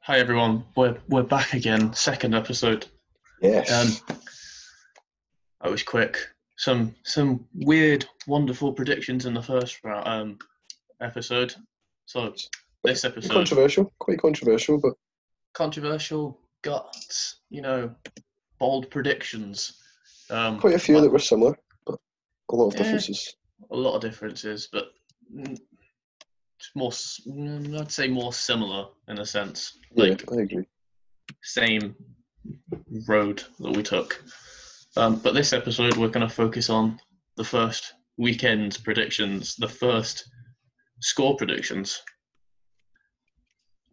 Hi everyone, we're we're back again. Second episode. Um, Yes. That was quick. Some some weird, wonderful predictions in the first rou- um, episode. So this Pretty episode, controversial, quite controversial, but controversial guts. You know, bold predictions. Um, quite a few but that were similar, but a lot of Yeah. differences. a lot of differences, but mm, it's more. s- mm, I'd say more similar in a sense. Like yeah, I agree. same road that we took. Um, but this episode, we're going to focus on the first weekend's predictions, the first score predictions.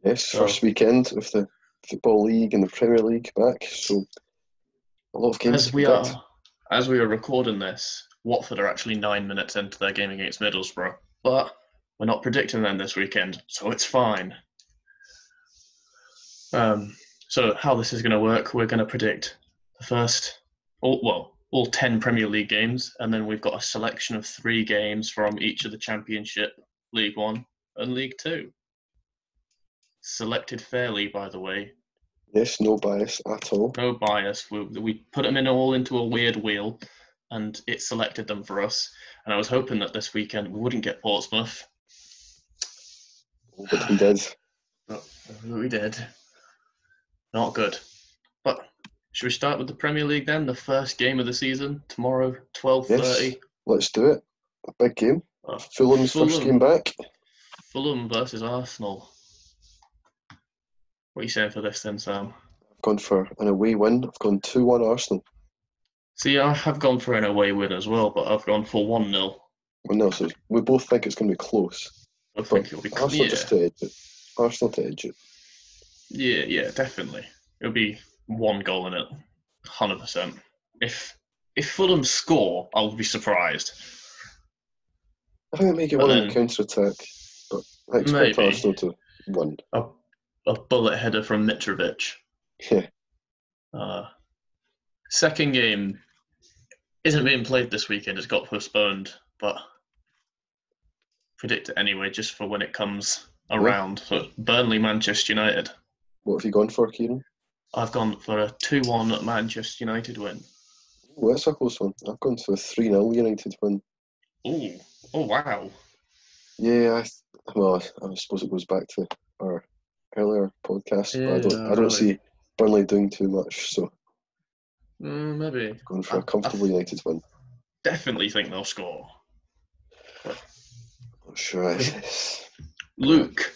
Yes, So- first weekend of the Football League and the Premier League back, so a lot of games. As to we predict. are, as we are recording this, Watford are actually nine minutes into their game against Middlesbrough, but we're not predicting them this weekend, so it's fine. Um, so how this is going to work? We're going to predict the first, all, well, all ten Premier League games, and then we've got a selection of three games from each of the Championship, League One, and League Two. Selected fairly, by the way, Yes, no bias at all. no bias. We, we put them in all into a weird wheel, and it selected them for us. And I was hoping that this weekend we wouldn't get Portsmouth, But we did. but we did. Not good. But should we start with the Premier League then? The first game of the season tomorrow, twelve thirty. Let's do it. A big game. Oh, Fulham's first Fulham. game back. Fulham versus Arsenal. What are you saying for this then, Sam? I've gone for an away win. I've gone 2 1 Arsenal. See, I have gone for an away win as well, but I've gone for one 0 Well, no, so we both think it's going to be close. I think it'll be Arsenal clear. just to edge it. Arsenal to edge it. Yeah, yeah, definitely. It'll be one goal in it, hundred percent. If if Fulham score, I'll be surprised. I think they make it But one on then- the counter attack, but I expect Maybe. Arsenal to win. A, a bullet header from Mitrovic. Yeah. Uh, second game isn't being played this weekend. It's got postponed, but predict it anyway, just for when it comes around. So Burnley, Manchester United. What have you gone for, Kieran? I've gone for a two-one Manchester United win. Well, that's a close one. I've gone for a 3 0 United win. Ooh, oh wow. Yeah, I, th- well, I suppose it goes back to our earlier podcast, but I don't, Yeah, I don't really. see Burnley doing too much, so Mm, maybe. going for I- a comfortable United win. definitely think they'll score. Not Oh, sure. I- it's- Luke,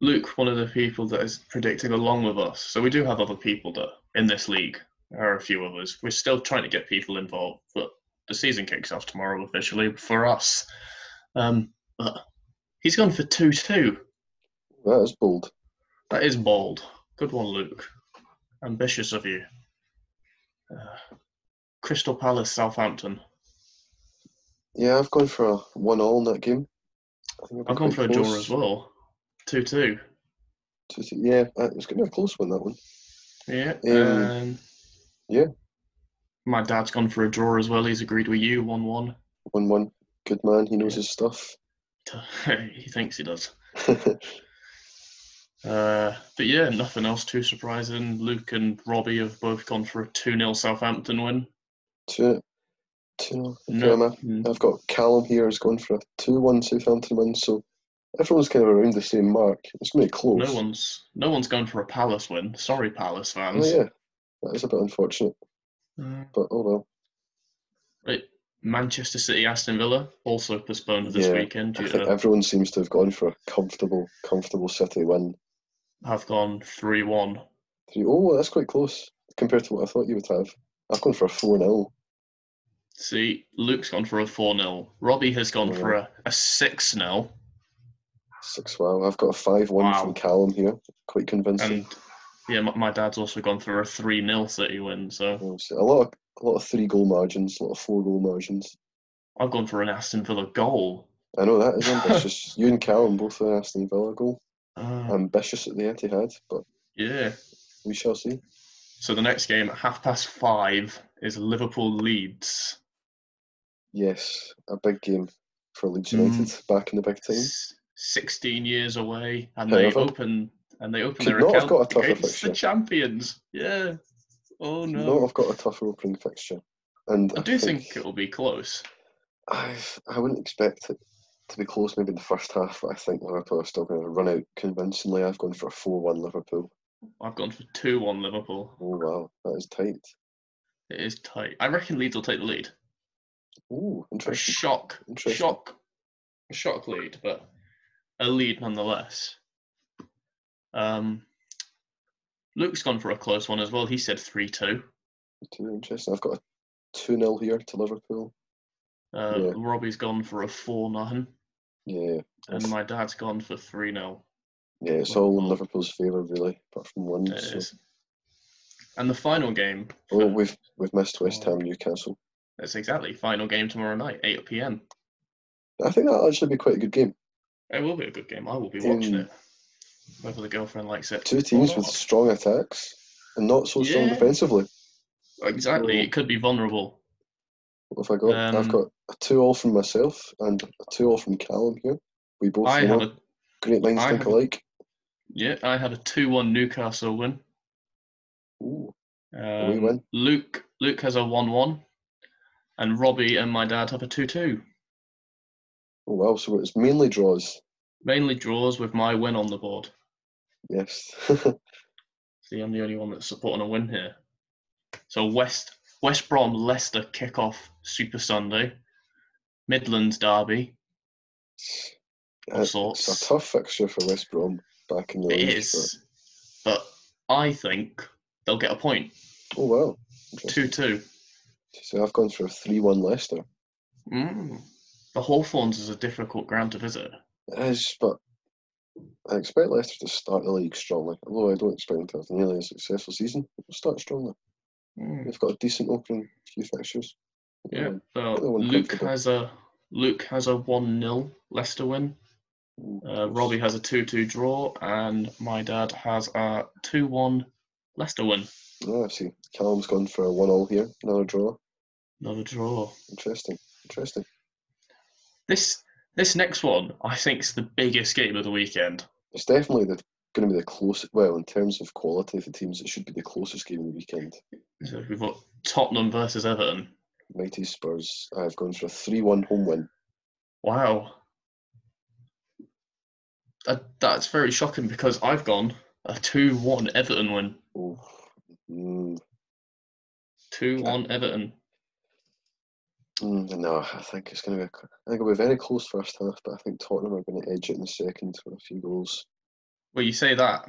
Luke, one of the people that is predicting along with us. So we do have other people that in this league. There are a few of us. We're still trying to get people involved, but the season kicks off tomorrow officially for us. Um, but he's gone for two-two. That is bold. That is bold. Good one, Luke. Ambitious of you. Uh, Crystal Palace, Southampton. Yeah, I've gone for a 1 all in that game. I think it'll be I've gone quite for a draw close. as well. Two-two. Two- two- Yeah, uh, it's going to be a close one, that one. Yeah. Um, um, yeah. My dad's gone for a draw as well. He's agreed with you, one-one. 1 1. Good man, he knows his stuff. he thinks he does. Uh, but yeah, nothing else too surprising. Luke and Robbie have both gone for a 2 0 Southampmpton win. two, two, no. No, Drama. mm, I've got Callum here has gone for a 2 1 Southampton win, so everyone's kind of around the same mark. It's going to be close. no one's no one's gone for a Palace win. Sorry, Palace fans. Oh, yeah. That is a bit unfortunate, Uh, but oh well. right, Manchester City, Aston Villa also postponed this Yeah, weekend. I due think to everyone seems to have gone for a comfortable, comfortable City win. have gone three one. 3 Oh, well, that's quite close compared to what I thought you would have. I've gone for a 4 0. See, Luke's gone for a four 0 Robbie has gone Yeah. for a, a six 0 6 wow. I've got a 5 1 Wow. from Callum here. Quite convincing. And yeah, my, my dad's also gone for a 3 0 City win. So Oh, so a lot of a lot of three goal margins, a lot of four goal margins. I've gone for an Aston Villa goal. I know that is ambitious. you and Callum both an Aston Villa goal. Uh, Ambitious at the Etihad, but yeah. we shall see. So the next game at half past five is Liverpool Leeds. Yes, a big game for Leeds Mm. United back in the big time. S- 16 years away, and they However- open and they open Should their not have account got a tougher against the fixture. champions. Yeah. Oh no. No, I've got a tougher opening fixture, and I do think it'll be close. I I wouldn't expect it to be close. Maybe in the first half, but I think Liverpool are still going to run out convincingly. I've gone for a four-one Liverpool. I've gone for two one Liverpool. Oh wow, that is tight. It is tight. I reckon Leeds will take the lead. Oh, A interesting. shock, Interesting. shock, a shock lead, but a lead nonetheless. Um, Luke's gone for a close one as well. He said three two. Too interesting. I've got a two 0 here to Liverpool. Uh, Yeah. Robbie's gone for a four nine, Yeah, and Yes. my dad's gone for three 0 yeah, it's all in Liverpool's favour really, apart from one. It So. is. And the final game. Oh, for- we've we've missed West Ham Newcastle. That's exactly final game tomorrow night, eight pm. I think that'll actually be quite a good game. It will be a good game. I will be watching Um, it, whether the girlfriend likes it. Two or teams with not. strong attacks and not so strong Yeah. defensively. exactly. It could be vulnerable. What have I got? Um, I've got a two all from myself and a two all from Callum here. We both I you had know, a great minds I think had- alike. Yeah, I had a two-one Newcastle win. Ooh, Um, we win. Luke Luke has a one-one, and Robbie and my dad have a two-two. oh wow, so it's mainly draws. Mainly draws with my win on the board. Yes. See, I'm the only one that's supporting a win here. So West West Brom Leicester kick off Super Sunday, Midlands derby. All it's sorts. a tough fixture for West Brom back in the It league, is, but I think they'll get a point. but- oh wow. Interesting. Two-two. So I've gone for a three one Leicester. Mm. The Hawthorns is a difficult ground to visit. It is, but I expect Leicester to start the league strongly, although I don't expect them to have nearly a successful season. They'll start strongly. Mm. They've got a decent opening few fixtures. Yeah. Um, So Another one Luke comfortable. has a Luke has a one 0 Leicester win. ooh, Uh, Robbie has a two two draw, and my dad has a two one Leicester win. Yeah, I see. Callum's gone for a one all here, another draw. Another draw. Interesting. Interesting. This this next one I think's the biggest game of the weekend. It's definitely the going to be the closest. Well, in terms of quality of the teams, it should be the closest game of the weekend. So we've got Tottenham versus Everton. Mighty Spurs. I've gone for a three-one home win. Wow. That, that's very shocking because I've gone a two one Everton win. Oh, mm, Two one Everton. mm, no, I think it's going to be. a c I think it'll be very close first half, but I think Tottenham are going to edge it in the second with a few goals. Well, you say that,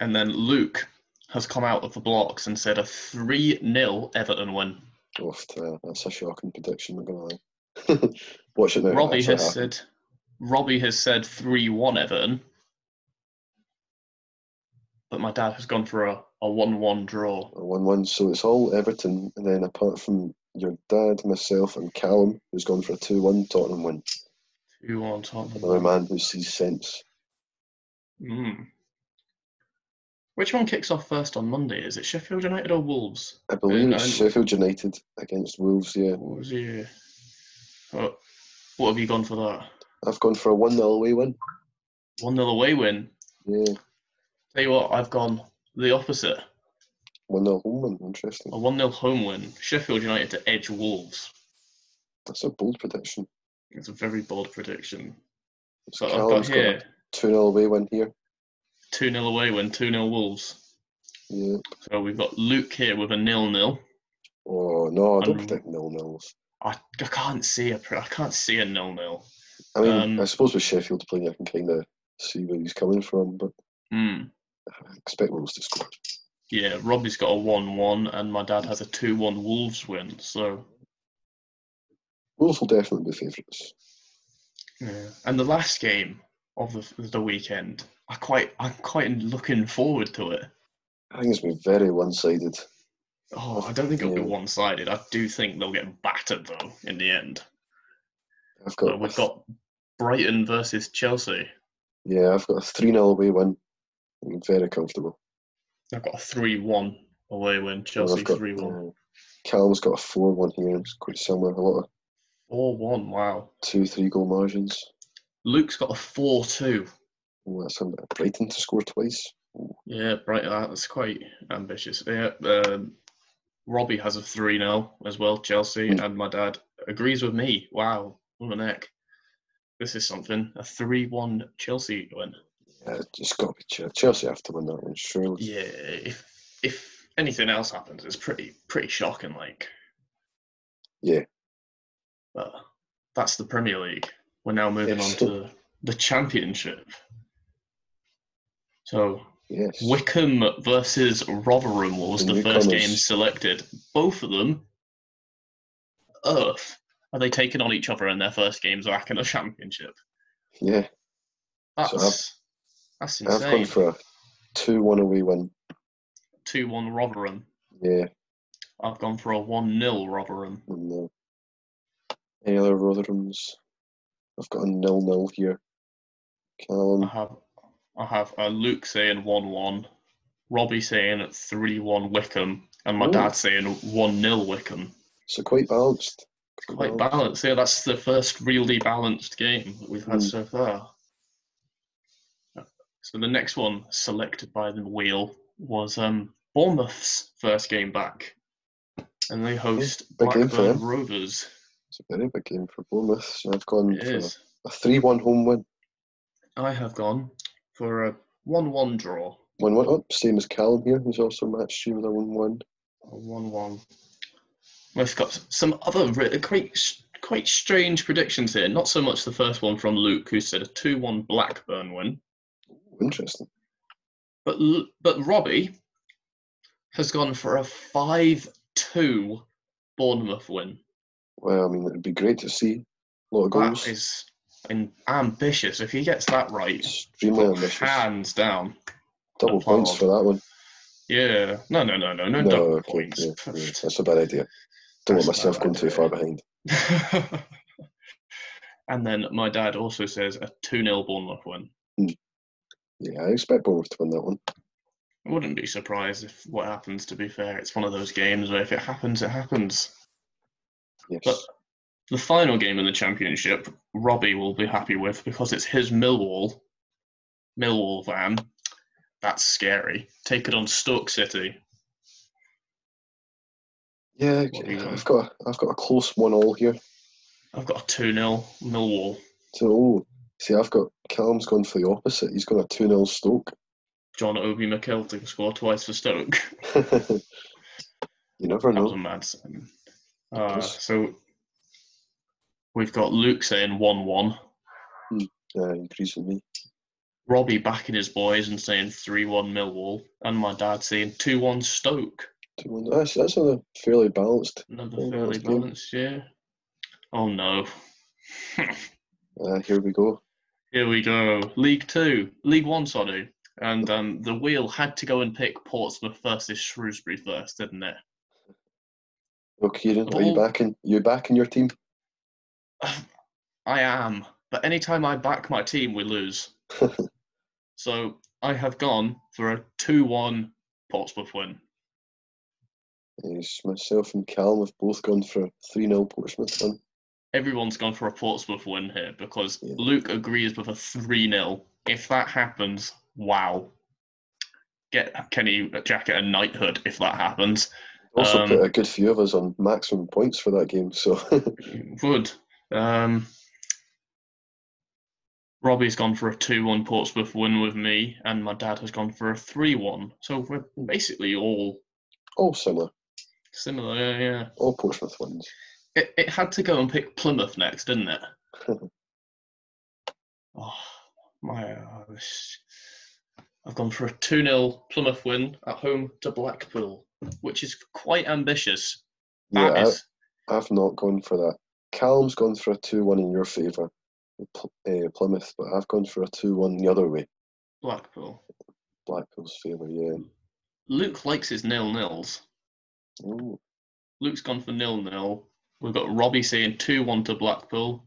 and then Luke has come out of the blocks and said a 3 0 Everton win. Oof, uh, that's a shocking prediction. Not going to lie. Watch it now. Robbie actually has happen. said Robbie has said 3 1 Everton, but my dad has gone for a, a 1 1 draw. a one-one. So it's all Everton, and then apart from your dad, myself, and Callum, who's gone for a two-one Tottenham win. 2 1 Tottenham. Another man who sees sense. Mm. Which one kicks off first on Monday? Is it Sheffield United or Wolves? I believe Yeah, it's and- Sheffield United against Wolves. Yeah, What was it? Oh, what have you gone for that? I've gone for a one-nil away win. 1 0 away win. Yeah, Tell you what, I've gone the opposite. one-nil home win. Interesting. A 1 0 home win. Sheffield United to edge Wolves. That's a bold prediction. It's a very bold prediction. So But I've got Callum's got here a two-nil away win here. 2 0 away win, 2 0 Wolves. Yeah. So we've got Luke here with a nil nil. Oh no, I don't Um, predict nil-nils. I, I can't see a pr- I can't see a nil nil. I mean, um, I suppose with Sheffield playing, I can kind of see where he's coming from, but Mm. I expect Wolves to score. Yeah, Robbie's got a one one, and my dad has a two one Wolves win. So Wolves will definitely be favourites. yeah. and the last game of the the weekend, I quite I'm quite looking forward to it. I think it's been very one-sided. Oh, I don't think it'll be Yeah. one sided. I do think they'll get battered though in the end. I've But got, we've got Brighton versus Chelsea. yeah, I've got a 3 0 away win. I'm very comfortable. I've got a 3 1 away win. Chelsea I've got, 3 1. uh, Callum's got a 4 1 here. It's quite similar. A lot of 4 1, wow. 2 3 goal margins. Luke's got a 4 2. Oh, that's something. Brighton to score twice. Yeah, Brighton. uh, That's quite ambitious. Yeah, um, Robbie has a three now as well. Chelsea Mm. and my dad agrees with me. Wow, what the neck! This is something. A three-one Chelsea win. Yeah, it's got to be Chelsea. Chelsea have to win that one, surely. Yeah, if if anything else happens, it's pretty pretty shocking. Like, Yeah. but that's the Premier League. We're now moving Yes. on to the Championship. So Yes. Wickham versus Rotherham was The the first game newcomers. selected. Both of them, Earth, are they taking on each other in their first games back in the championship? Yeah. I've- That's that's I've gone insane. for a 2 1 away win. Two one Rotherham. Yeah. I've gone for a one 0 Rotherham. And, uh, any other Rotherhams? I've got a nil nil here. I Callum. have I have uh, Luke saying one one, Robbie saying three one Wickham, and my Ooh. dad saying one 0 Wickham. So quite balanced. Quite balanced. Yeah, that's the first really balanced game that we've had Mm. so far. So the next one selected by the wheel was um, Bournemouth's first game back, and they host Hmm, big game for Blackburn them. Rovers. It's a very big game for Bournemouth. So I've gone It Hmm, for is. a 3 1 home win. I have gone for a one-one draw. 1 1 up. Same as Callum here. He's also matched you with a 1 1. A one-one. We've got some other re- quite s- quite strange predictions here. Not so much the first one from Luke, who said a two-one Blackburn win. Interesting. But l- but Robbie has gone for a five-two Bournemouth win. Well, I mean, it'd be great to see. A lot of goals. That is an ambitious. If he gets that right, Extremely ambitious. hands down. Double plan points on. for that one. Yeah. No, no, no, no, no, No, double okay, points. yeah, yeah, that's a bad idea. Don't want That's a myself bad going too idea. far behind. and then my dad also says a 2 0 Bournemouth win. Yeah, I expect Bournemouth to win that one. I wouldn't be surprised if what happens, to be fair. It's one of those games where if it happens, it happens. Yes. But- The final game in the championship, Robbie will be happy with because it's his Millwall, Millwall van. That's scary. Take it on Stoke City. yeah, do you okay, want? I've got a, I've got a close one all here. I've got a 2 0 Millwall. So oh, see, I've got Callum's gone for the opposite. He's gone a two 0 Stoke. John Obi McKelty scored twice for Stoke. you never That was a know. mad sign. Uh, was. so we've got Luke saying 1 1, Yeah, he agrees with uh, me. Robbie backing his boys and saying 3 1 Millwall, and my dad saying 2 1 Stoke. Two one. That's that's another fairly balanced. Another Oh, fairly that's good. balanced year. Oh no. Uh, here we go. Here we go. League Two, League One, sorry. And um, the wheel had to go and pick Portsmouth versus Shrewsbury first, didn't it? Oh, Kieran, are you Oh. backing? You backing your team? I am. But anytime I back my team, we lose. so I have gone for a 2 1 Portsmouth win. Yes, myself and Callum have both gone for a three 0 Portsmouth win. Everyone's gone for a Portsmouth win here because Yeah. Luke agrees with a 3 0. If that happens, wow. Get Kenny Jacket a knighthood if that happens. Also Um, put a good few of us on maximum points for that game. So Would. Um, Robbie's gone for a 2 1 Portsmouth win with me, and my dad has gone for a 3 1. So we're basically all all similar. similar, yeah. yeah. All Portsmouth wins. It, it had to go and pick Plymouth next, didn't it? oh, my. uh, this- I've gone for a 2 0 Plymouth win at home to Blackpool, which is quite ambitious. That yeah, is- I, I've not gone for that. Callum's gone for a 2 1 in your favour, uh, Plymouth, but I've gone for a 2 1 the other way, Blackpool. Blackpool's favour, yeah. Luke likes his nil nils. Ooh, Luke's gone for nil nil. We've got Robbie saying two one to Blackpool,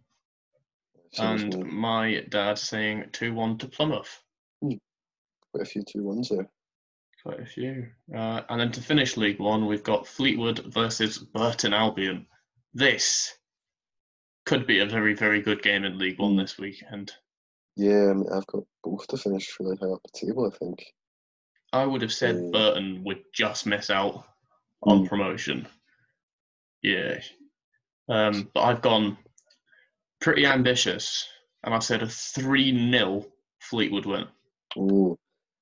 seems and me my dad saying two one to Plymouth. quite a few 2 1s there. Quite a few. Uh, and then to finish League One, we've got Fleetwood versus Burton Albion. This could be a very very good game in League One this weekend. Yeah, I mean, I've got both to finish really high up the table, I think. I would have said Mm. Burton would just miss out on Um, Mm. promotion. Yeah. Um, but I've gone pretty ambitious, and I said a 3 0 Fleetwood win. Ooh,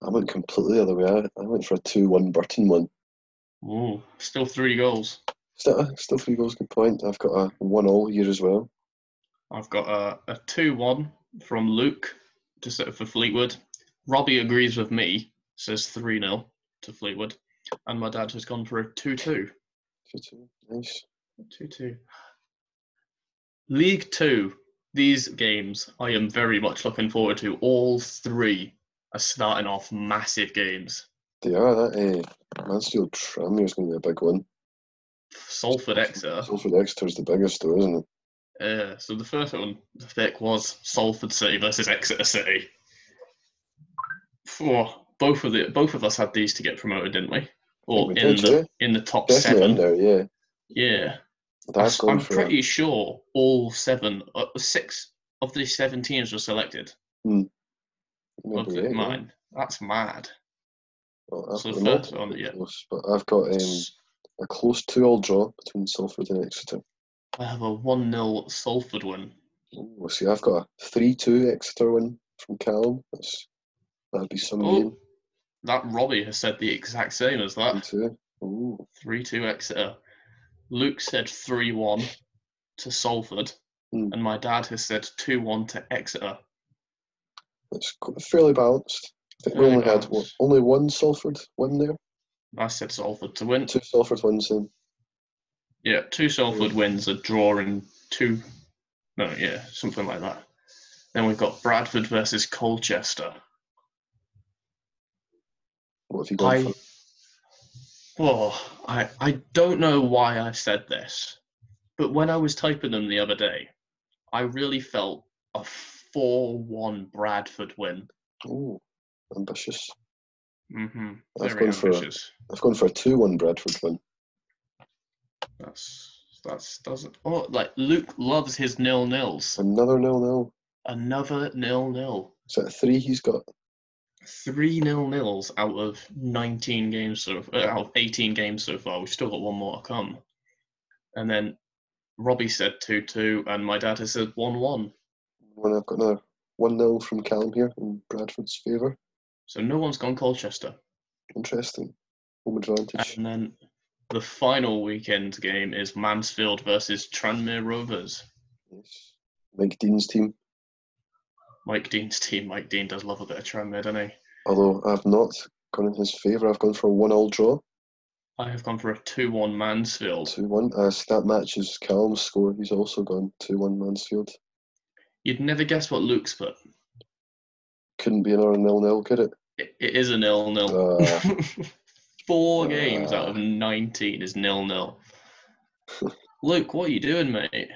I went completely the other way. I, I went for a 2 1 Burton one. Ooh, still three goals. Still, still three goals, good point. I've got a 1 all here as well. I've got a, a 2 1 from Luke to set for Fleetwood. Robbie agrees with me, says 3 0 to Fleetwood. And my dad has gone for a 2 2. Two, two. Nice. 2 2. League 2. These games I am very much looking forward to. All three are starting off massive games. They are. That uh, Mansfield Tranmere is going to be a big one. Salford Exeter. Salford Exeter's the biggest, though, isn't it? Uh, so the first one, I think, was Salford City versus Exeter City. Phew, both of the both of us had these to get promoted, didn't we? Or We in did, the in the top Definitely seven. in there, yeah. Yeah, That's I'm gone for pretty sure all seven, uh, six of the seven teams were selected. maybe, Look yeah, at yeah. mine. That's mad. Well, I've So got the them all first to be one, pretty yeah. close, but I've got um, a close two-all draw between Salford and Exeter. I have a one 0 Salford win. Ooh, see, I've got a three-two Exeter win from Callum. That's, that'd be some Oh, uh, that Robbie has said the exact same as game. that. Three-two. Ooh, Three two Exeter. Luke said three one to Salford, Hmm. and my dad has said two one to Exeter. it's co- fairly balanced. I think we Fairly only had one, balanced. only one Salford win there. I said Salford to win. Two Hmm. Salford wins then. Yeah, two Salford wins, a draw, and two. No, yeah, something like that. Then we've got Bradford versus Colchester. What have you gone I, for? oh, I, I don't know why I said this, but when I was typing them the other day, I really felt a 4 1 Bradford win. Ooh, ambitious. Mm-hmm. I've Very gone for a, ambitious. I've gone for a two-one Bradford win. That's. That's doesn't oh like Luke loves his nil nils. Another nil-nil. Another nil nil. Is that three he's got? Three nil nils out of nineteen games so uh, out of eighteen games so far. We've still got one more to come. And then Robbie said two two, and my dad has said one one. One. I've got another one-nil from Callum here in Bradford's favour. So no one's gone Colchester. Interesting. Home advantage. And then the final weekend game is Mansfield versus Tranmere Rovers. Yes. Mike Dean's team. Mike Dean's team. Mike Dean does love a bit of Tranmere, doesn't he? Although I've not gone in his favour, I've gone for a one-all draw, I have gone for a 2 1 Mansfield. two-one. Uh, As that matches Callum's score, he's also gone two-one Mansfield. You'd never guess what Luke's put. Couldn't be another nil-nil, could it? It, it is a nil nil. Uh, Four games out of Ah. 19 is nil nil. Luke, what are you doing, mate?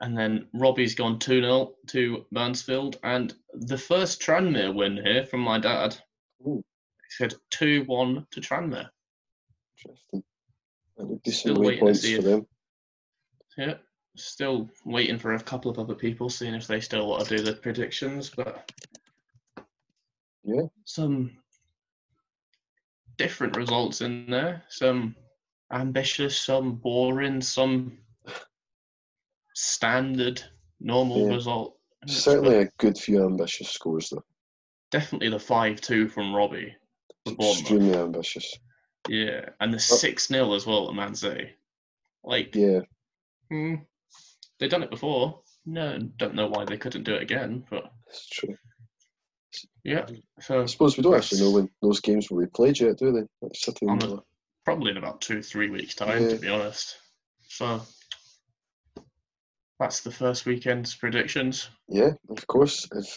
And then Robbie's gone 2 0 to Mansfield. And the first Tranmere win here from my dad. Ooh. He said 2 1 to Tranmere. interesting. That would be Still some away waiting to points see for if- them. Yeah. Still waiting for a couple of other people, seeing if they still want to do the predictions, but Yeah. some different results in there. Some ambitious, some boring, some standard, normal Yeah. result. Certainly a good few ambitious scores, though. definitely the five two from Robbie. for Bournemouth. Extremely ambitious. Yeah, and the six 0 as well at Man City. Like, Yeah, hmm, they've done it before. No, don't know why they couldn't do it again, but. that's true. Yeah, so I suppose we don't actually know That's- when those games will be played yet, do they? That's City and On the- probably in about two, three weeks' time, Yeah. to be honest. So that's the first weekend's predictions. Yeah, of course. If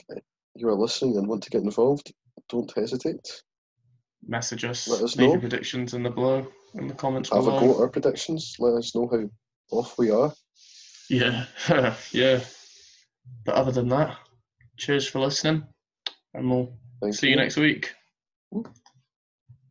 you are listening and want to get involved, don't hesitate. Message us, Let us leave your know. predictions in the below, in the comments Have a below. go at our predictions. Let us know how off we are. Yeah, yeah. But other than that, cheers for listening, and we'll Thank see you next week.